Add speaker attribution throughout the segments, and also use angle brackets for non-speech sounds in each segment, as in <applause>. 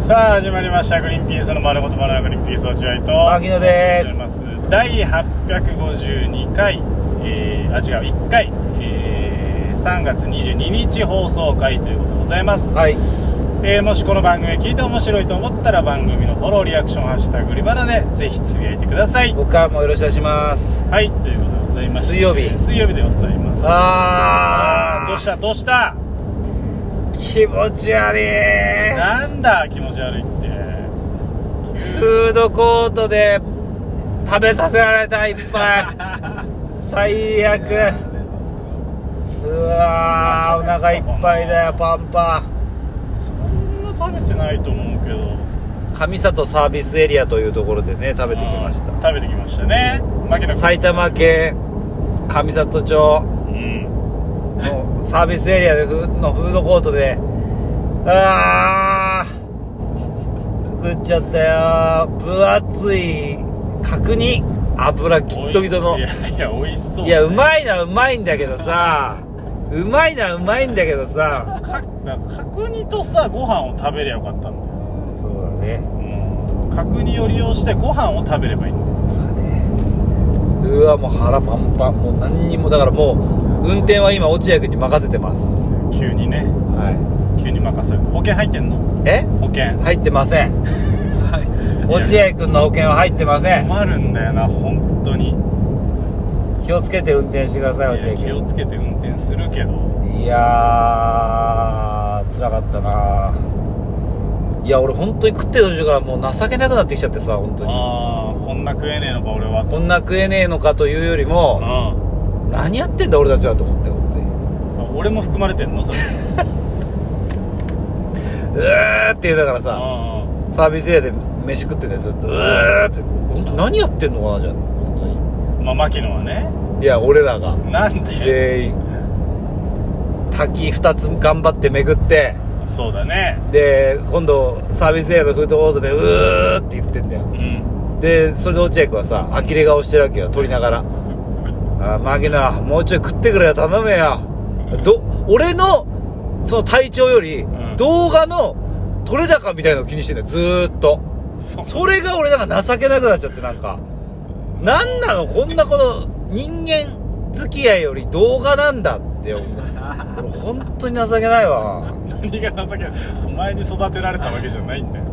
Speaker 1: さあ始まりました「グリーンピースの丸ごとバナナグリーンピース落合」と
Speaker 2: 牧野で
Speaker 1: お
Speaker 2: す
Speaker 1: 願いします第852回、えー、あ違う1回、えー、3月22日放送回ということでございます、
Speaker 2: はい
Speaker 1: えーもしこの番組聞いて面白いと思ったら番組のフォローリアクション「ハッシュタググリバナ」でぜひつぶやいてください
Speaker 2: 僕からもよろしくお願いします
Speaker 1: はいということでございまして
Speaker 2: 水曜日
Speaker 1: 水曜日でございます
Speaker 2: あー
Speaker 1: どうしたどうした
Speaker 2: 気持ち悪い
Speaker 1: なんだ気持ち悪いって
Speaker 2: フードコートで食べさせられたいっ
Speaker 1: <laughs>
Speaker 2: ぱい最悪うわーお腹いっぱいだよパンパ
Speaker 1: そんな食べてないと思うけど
Speaker 2: ン上里サービスエリアというところでね食べてきまし
Speaker 1: うん
Speaker 2: た
Speaker 1: 食べてきましたね牧野君
Speaker 2: 埼玉県上里町
Speaker 1: うん
Speaker 2: のサービスエリアでふのフードコートであー食っちゃったよ分厚い角煮油きっときとの
Speaker 1: 美味しいいやいや美味しそう
Speaker 2: いやうまいのはうまいんだけどさうまいのはうまいんだけどさ
Speaker 1: かなんか角煮とさご飯を食べりゃよかったんだよ、
Speaker 2: そうだね
Speaker 1: うん、角煮を利用してご飯を食べればいいんだよ
Speaker 2: うわもう腹パンパンもう何にもだからもう運転は今落合君に任せてます
Speaker 1: 急にね
Speaker 2: は
Speaker 1: 急に任せる保険入ってんの
Speaker 2: いえ
Speaker 1: 保険
Speaker 2: 入ってません
Speaker 1: い
Speaker 2: 落
Speaker 1: や
Speaker 2: 合君の保険は入ってません
Speaker 1: 困るんだよな本当に
Speaker 2: 気をつけて運転してください
Speaker 1: い
Speaker 2: 落合
Speaker 1: や気
Speaker 2: 君
Speaker 1: をつけて運転するけど
Speaker 2: いやー、辛かったなーいや、俺本当に食ってる途中からもう情けなくなってきちゃってさ、本当に。
Speaker 1: ああこんな食えねえのか俺は
Speaker 2: こんな食えねえのかというよりも、
Speaker 1: う
Speaker 2: 何やってんだ俺たちはと思って、本当に。
Speaker 1: ん俺も含まれてん
Speaker 2: <laughs>
Speaker 1: のそれ
Speaker 2: うーって言いながらさ、
Speaker 1: あ
Speaker 2: サービスエリアで飯食ってね、ずっと、うーって、本当何やってんのかな、じゃあ、本
Speaker 1: あまあ牧野はね
Speaker 2: 当に。いや、俺らが、
Speaker 1: なんで
Speaker 2: 全員、滝二つ頑張って巡って、
Speaker 1: そうだね
Speaker 2: で、今度、サービスエリアのフードコートで、うーって言ってんだよ。
Speaker 1: うん
Speaker 2: でそれで落合君はさ呆れ顔してるわけよ撮りながら
Speaker 1: <laughs>
Speaker 2: 「あーマギナもうちょい食ってくれよ頼めよ」ど俺のその体調より、
Speaker 1: ん
Speaker 2: 動画の撮れ高みたいのを気にしてんだよずーっと
Speaker 1: そ
Speaker 2: それが俺なんか情けなくなっちゃってなんかなんなのこんなこの人間付き合いより動画なんだって思う俺本当に情けないわ
Speaker 1: 何が情けないお前に育てられたわけじゃないんだよ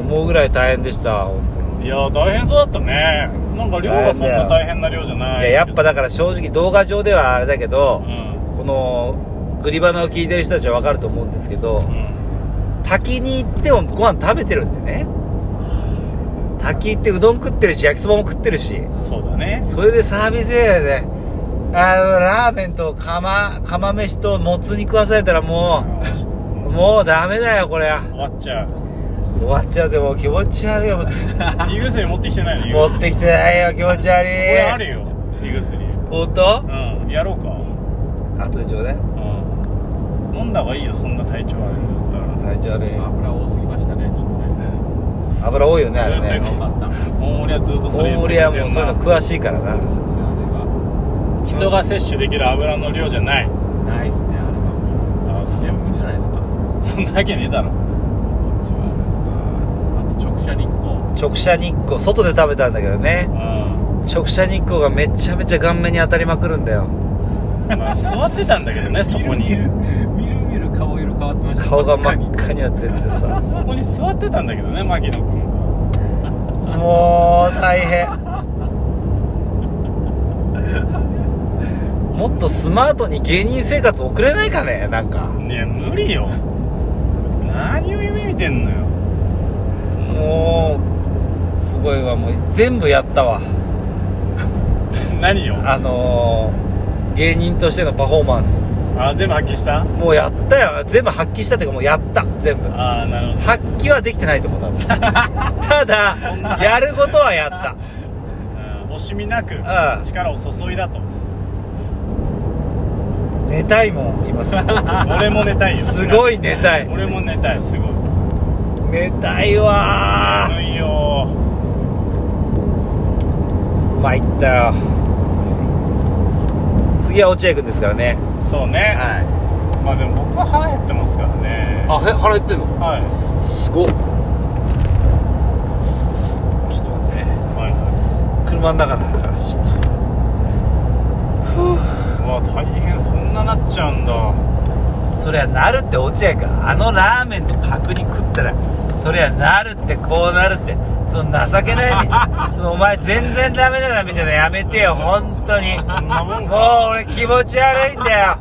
Speaker 2: 思うぐらい大変でした本当に
Speaker 1: いや大変そうだったねなんか量がそんな大変な量じゃない
Speaker 2: いややっぱだから正直動画上ではあれだけど、
Speaker 1: うん
Speaker 2: このグリバナを聞いてる人たちは分かると思うんですけど
Speaker 1: うん
Speaker 2: 滝に行ってもご飯食べてるんでね滝行ってうどん食ってるし焼きそばも食ってるし
Speaker 1: そうだね
Speaker 2: それでサービスエリアであのラーメンと釜釜飯ともつに食わされたらもうもうダメだよこれ
Speaker 1: 終わっちゃう
Speaker 2: 終わっちゃうでもう気持ち悪
Speaker 1: <laughs>
Speaker 2: いよ
Speaker 1: 胃薬持ってきてないの胃薬
Speaker 2: 持ってきてないよ気持
Speaker 1: こ
Speaker 2: ち悪い
Speaker 1: れあるよ胃薬
Speaker 2: おっと
Speaker 1: うんやろうか
Speaker 2: あとでちょうだい
Speaker 1: うん飲んだ方がいいよそんな体調悪いんだったら
Speaker 2: 体調悪い
Speaker 3: 油多すぎましたねちょっとね
Speaker 2: 油多いよねあれ
Speaker 1: ずっ
Speaker 2: ね
Speaker 1: と
Speaker 3: 多かったもんこ
Speaker 1: 大森はずっとそれ言
Speaker 2: 大
Speaker 1: って
Speaker 2: 森
Speaker 1: くれ
Speaker 2: は
Speaker 1: て
Speaker 2: もう
Speaker 1: る
Speaker 2: そういうの
Speaker 1: な
Speaker 2: 詳しいからな
Speaker 3: ちらで
Speaker 1: 人が摂取できる油の量じゃない
Speaker 3: はないっすねあれはも
Speaker 1: あ
Speaker 3: う全部じゃないですかこ
Speaker 1: そんなわけねえだろ
Speaker 3: っちはあと直射日光
Speaker 2: 直射日光外で食べたんだけどね
Speaker 1: うん
Speaker 2: 直射日光がめちゃめちゃ顔面に当たりまくるんだよ
Speaker 1: まあ座ってたんだけどねそこに
Speaker 3: みるみるみるみる顔色変わってました
Speaker 2: 顔が
Speaker 3: 真っ
Speaker 2: 真っ赤になってって
Speaker 1: <laughs>
Speaker 2: さ
Speaker 1: そこに座ってたんだけどね牧野君
Speaker 2: もう大変もっとスマートに芸人生活送れないかねなんか
Speaker 1: いや無理よ何を夢見てんのよ
Speaker 2: もうすごいわもう全部やったわ
Speaker 1: 何よ
Speaker 2: あのー、芸人としてのパフォーマンス
Speaker 1: あ全部発揮した
Speaker 2: もうやったよ全部発揮したっていうかもうやった全部
Speaker 1: ああなるほ
Speaker 2: 発揮はできてないと思う多 <laughs> 分ただやることはやった
Speaker 1: ど、うん惜しみなく
Speaker 2: ん
Speaker 1: 力を注いだと
Speaker 2: 寝たいもん今すご
Speaker 1: 俺も寝たい
Speaker 2: い
Speaker 1: よ
Speaker 2: <laughs> すごい寝たい
Speaker 1: <laughs> 俺も寝たいすごい
Speaker 2: 寝たいわ
Speaker 1: 寒いよ
Speaker 2: ー参ったよ次は落合君ですからね
Speaker 1: そうね
Speaker 2: は
Speaker 1: まあでも僕は腹減ってますからね
Speaker 2: あへ腹減ってんの
Speaker 1: はい
Speaker 2: すごっちょっと待ってね
Speaker 1: はいは
Speaker 2: 車の中だからちょっと
Speaker 1: いうわ大変そんななっちゃうんだ
Speaker 2: そりゃなるって落合君あのラーメンと角煮食ったらそりゃなるってこうなるってその情けない <laughs> ねそのお前全然ダメだなみたいなやめてよ本当に
Speaker 1: そんなもん
Speaker 2: もう
Speaker 1: か
Speaker 2: 俺気持ち悪いんだよ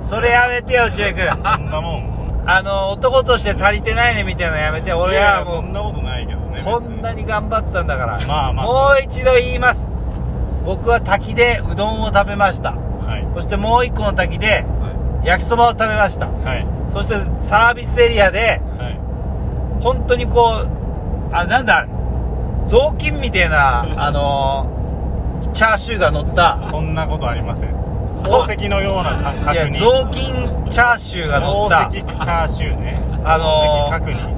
Speaker 2: それやめてよ落合君
Speaker 1: そんなもん
Speaker 2: あの男として足りてないねみたいなのやめて
Speaker 1: い
Speaker 2: 俺
Speaker 1: や
Speaker 2: はい
Speaker 1: やそん
Speaker 2: も
Speaker 1: なことないけど
Speaker 2: う
Speaker 1: ね
Speaker 2: こんなに頑張ったんだから、
Speaker 1: まあまあ
Speaker 2: もう一度言います僕は滝でうどんを食べました
Speaker 1: 別にはい
Speaker 2: そしてもう一個の滝で
Speaker 3: は
Speaker 2: 焼きそばを食べました
Speaker 1: はい
Speaker 2: そしてサービスエリアで
Speaker 1: はい
Speaker 2: 本当にこうあなんだあれ雑巾みたいなあのーチャーシューが乗った
Speaker 1: そんなことありません
Speaker 2: そう
Speaker 1: 宝石のような感
Speaker 2: い
Speaker 1: 覚
Speaker 2: や
Speaker 1: に
Speaker 2: 雑巾チャーシューが乗った
Speaker 1: 宝石チャーシューね
Speaker 2: あのー
Speaker 1: 宝石角煮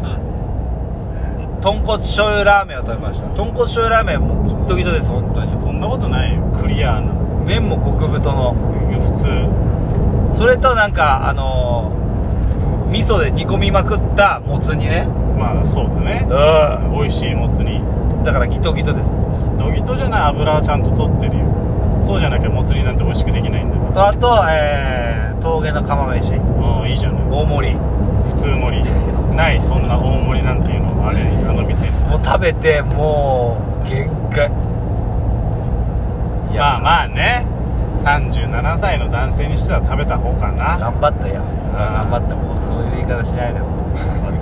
Speaker 2: 豚骨醤油ラーメンを食べました豚骨醤油ラーメンもギットギトです本当に
Speaker 1: そんなことないよクリアーな
Speaker 2: 麺も極太の
Speaker 1: 普通
Speaker 2: それとなんかあのー味噌で煮込みまくったもつ煮ね
Speaker 1: まあそうだね
Speaker 2: うんだ
Speaker 1: 美味しいもつ煮
Speaker 2: からギトギトです
Speaker 1: ドギトじゃない油はちゃんと取ってるよそうじゃなきゃもつ煮なんて美味しくできないんだか
Speaker 2: とあと、えー、峠の釜飯
Speaker 1: らうんいいじゃない
Speaker 2: 大盛り
Speaker 1: 普通盛りないそんな大盛りなんていうのあれあの店
Speaker 2: もう食べてもう限界いや
Speaker 1: まあまあね37歳の男性にしては食べた方かな
Speaker 2: 頑張ったよ頑張ったもうそういう言い方しないでもう頑張っ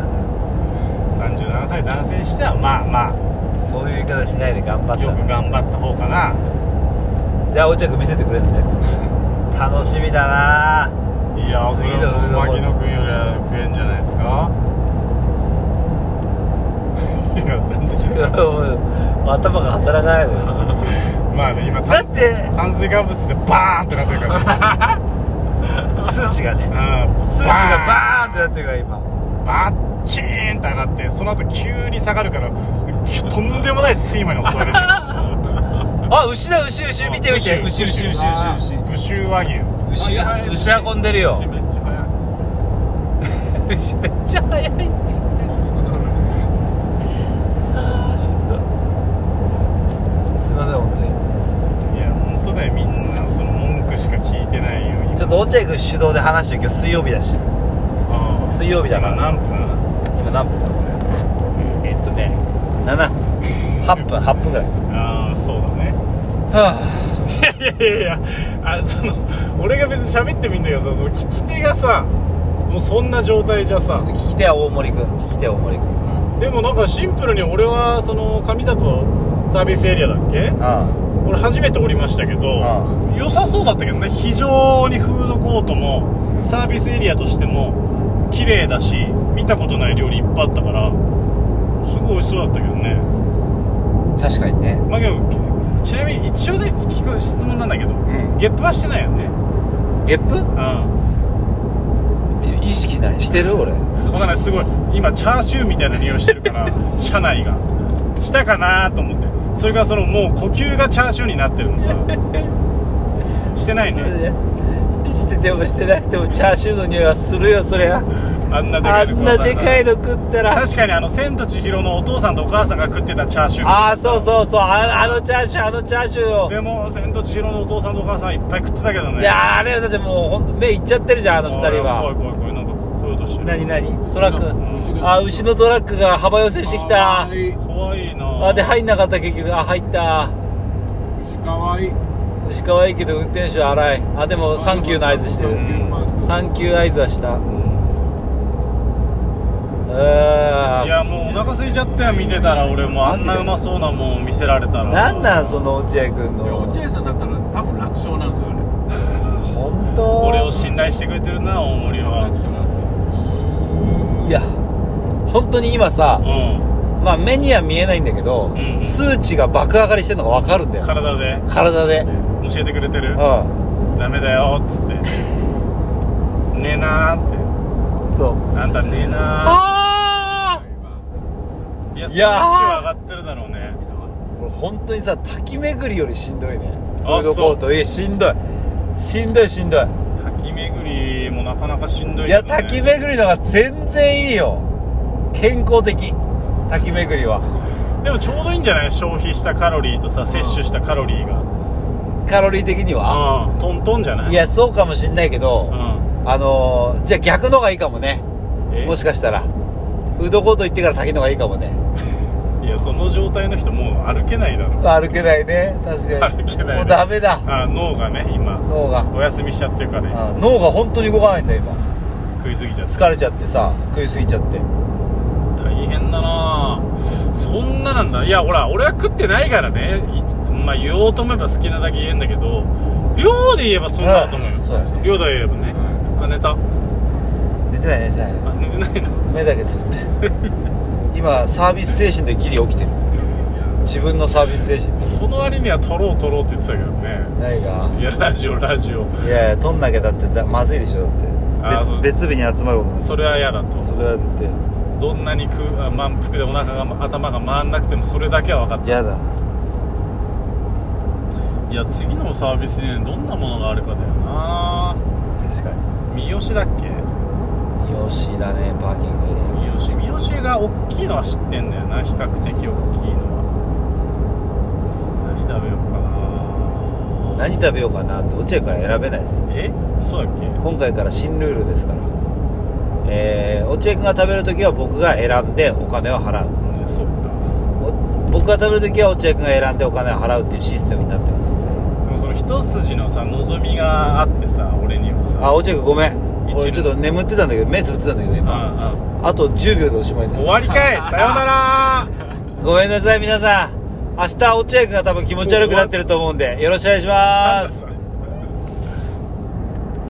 Speaker 1: 37歳男性にしてはまあまあ
Speaker 2: たそういう言い方しないで頑張っ
Speaker 1: よく
Speaker 2: た
Speaker 1: 頑張った方かな
Speaker 2: じゃあ落合君見せてくれってやつ楽しみだない <laughs>
Speaker 1: やそ
Speaker 2: 次
Speaker 1: れ
Speaker 2: だ
Speaker 1: はもう牧
Speaker 2: 次だ
Speaker 1: 野君よりは食えんじゃないですか <laughs> いやなんでしょ
Speaker 2: 頭が働かないのよ <laughs>
Speaker 1: まあね今
Speaker 2: だ
Speaker 1: 炭
Speaker 2: って <laughs>
Speaker 1: 炭水化物でバーンってなってるからね
Speaker 2: 数値がね
Speaker 1: うん
Speaker 2: 数値がバーンってなってるから今
Speaker 1: バッチーンって上がってその後急に下がるからきとんでもない睡魔に襲われる
Speaker 2: あ牛だ牛牛見て見て牛牛牛牛牛
Speaker 1: 武州和牛
Speaker 2: 牛
Speaker 3: い
Speaker 2: が牛運んでるよ
Speaker 3: 牛めっちゃ速い
Speaker 2: <laughs> 牛めっちゃ速いって言ってるあーしんどいすいません本
Speaker 1: いや本当だよみんなその文句しか聞いてないよ
Speaker 2: 当に
Speaker 1: 今
Speaker 2: ちょっと落合君主導で話してる今日水曜日だし
Speaker 1: ああ
Speaker 2: 水曜日だから
Speaker 1: 今何分
Speaker 2: 今何分だこれえっとね78分8分ぐらい
Speaker 1: ああそうだね
Speaker 2: はい
Speaker 1: やいやいやあその俺が別に喋ってもいいんだけどさその聞き手がさもうそんな状態じゃ
Speaker 2: あ
Speaker 1: さ
Speaker 2: ちょっと聞き手は大森君聞き手は大森君
Speaker 1: でもなんかシンプルに俺はその上里サービスエリアだっけ
Speaker 2: あ
Speaker 1: 俺初めて降りましたけど
Speaker 2: あ
Speaker 1: 良さそうだったけどね非常にフードコートもサービスエリアとしても綺麗だし見たことない料理いっぱいあったからすごい美味しそうだったけどね
Speaker 2: あ確かにね
Speaker 1: まあけどちなみに一応で聞く質問なんだけど
Speaker 2: うん
Speaker 1: ゲップはしてないよね
Speaker 2: ゲップ
Speaker 1: うん
Speaker 2: 意識ないしてる俺
Speaker 1: わかんないすごい今チャーシューみたいな匂いしてるから車内がしたかなと思ってそれからそのもう呼吸がチャーシューになってるのかしてないね
Speaker 2: しててもしてなくてもチャーシューの匂いはするよそりゃ
Speaker 1: あんなでか
Speaker 2: あ
Speaker 1: いの
Speaker 2: んなでかい
Speaker 1: の
Speaker 2: の食ったら
Speaker 1: 確かにあの「千と千尋」のお父さんとお母さんが食ってたチャーシュー
Speaker 2: ああそうそうそうああのチャーシューあのチャーシューを
Speaker 1: でも「千と千尋」のお父さんとお母さんはいっぱい食ってたけどね
Speaker 2: いやあれだってもう本当目いっちゃってるじゃんあの二人
Speaker 1: 怖い
Speaker 2: は
Speaker 1: 怖い怖いなんか来ようとしてる
Speaker 2: 何何トラッ
Speaker 1: うん
Speaker 2: クあ牛のトラックが幅寄せしてきた
Speaker 3: かわいい
Speaker 1: 怖いな
Speaker 2: あで入んなかった結局あ入った
Speaker 3: 牛かわいい
Speaker 2: 牛可愛いけど運転手は荒いあでもサンキューの合図して
Speaker 3: サ
Speaker 2: る
Speaker 3: ンキューマーク
Speaker 2: サンキュー合図はした
Speaker 1: うん
Speaker 2: うーん
Speaker 1: いやもうお腹空いちゃったよ見てたら俺もうあんなうまそうなもん見せられたら
Speaker 2: なんなんその落合君
Speaker 3: いや
Speaker 2: の
Speaker 3: 落合さんだったら多分楽勝なんですよね
Speaker 2: 本当
Speaker 1: 俺を信頼してくれてるな大森は
Speaker 3: 楽勝なんですよ
Speaker 2: いや本当に今さ
Speaker 1: う
Speaker 2: まあ目には見えないんだけど、
Speaker 1: うん
Speaker 2: 数値が爆上がりしてるのが分かるんだ
Speaker 1: ん
Speaker 2: よ
Speaker 1: 体で
Speaker 2: 体で
Speaker 1: 教えてくれて
Speaker 2: う
Speaker 1: る
Speaker 2: ん
Speaker 1: ダメだよっつってねえなーっ
Speaker 2: そう
Speaker 1: てあんたねえな
Speaker 2: あ
Speaker 1: ーいや数
Speaker 2: い
Speaker 1: 値
Speaker 2: やー
Speaker 1: は上がってるだろうね
Speaker 2: あ俺本当にさ滝巡りよりしんどいねフ
Speaker 1: あ
Speaker 2: ードコートいやしんどいしんどいしんどい
Speaker 1: 滝巡りなかなかしんどい
Speaker 2: い
Speaker 1: けど
Speaker 2: や
Speaker 1: ね
Speaker 2: 滝巡りのが全然いいよ健康的滝巡りは
Speaker 1: でもちょうどいいんじゃない消費したカロリーとさ摂取したカロリーが
Speaker 2: カロリー的には
Speaker 1: うんトントンじゃない
Speaker 2: いやそうかもしんないけ
Speaker 1: う
Speaker 2: ど
Speaker 1: ん
Speaker 2: あのーじゃあ逆のがいいかもね
Speaker 1: え
Speaker 2: もしかしたらうどこと言ってから滝のがいいかもね
Speaker 1: いやその状態の人もう歩けないだろ
Speaker 2: 歩けないね確かに
Speaker 1: 歩けないね
Speaker 2: もうダメだ
Speaker 1: あ脳がね今
Speaker 2: 脳が
Speaker 1: お休みしちゃってるから今
Speaker 2: あ脳が本当に動かないんだ今
Speaker 1: 食いすぎちゃって
Speaker 2: 疲れちゃってさ食いすぎちゃって
Speaker 1: 大変だなぁそんななんだいやほら俺は食ってないからねいまあ言おうと思えば好きなだけ言えんだけど量で言えばそんなだと思う
Speaker 2: あ
Speaker 1: よ
Speaker 2: そうだね
Speaker 1: 量で言えばね、あ寝たあ
Speaker 2: 寝てない寝てない
Speaker 1: 寝てないの
Speaker 2: 目だけつぶって
Speaker 1: <laughs>
Speaker 2: 今サービス精神でギリ起きてる自分のサービス精神で
Speaker 1: その割には取ろう取ろうって言ってたけどね
Speaker 2: ないが
Speaker 1: いやラジオラジオ
Speaker 2: いやいや取んなきゃだってだまずいでしょだ
Speaker 1: あ
Speaker 2: って
Speaker 1: そう
Speaker 2: 別別日に集まることも
Speaker 1: それは嫌だと
Speaker 2: それは絶対
Speaker 1: どんなに食うあ満腹でお腹が頭が回んなくてもそれだけは分かって
Speaker 2: 嫌だ
Speaker 1: いや次のサービスにどんなものがあるかだよな
Speaker 2: 確かに
Speaker 1: 三好だっけ
Speaker 2: 三好だねパーキングエリ
Speaker 1: 三好三好が大きいのは知ってんだよな比較的大きいのは何食べようかな
Speaker 2: ア何食べようかなって落合から選べないですよ
Speaker 1: えそうだっけ
Speaker 2: 今回から新ルールですからえー、落合君が食べるときは僕が選んでお金を払う
Speaker 1: うんそっか
Speaker 2: お僕が食べるときは落合君が選んでお金を払うっていうシステムになってます
Speaker 1: でもその一筋のさ望みがあってさ俺にはさ
Speaker 2: あ、落合君ごめん
Speaker 1: 一
Speaker 2: 俺ちょっと眠ってたんだけど目つぶってたんだけど今
Speaker 1: ああ
Speaker 2: あと10秒でおしまいです
Speaker 1: 終わりかいさようなら
Speaker 2: ごめんなさい皆さん明日落合君が多分気持ち悪くなってると思うんでよろしくお願いします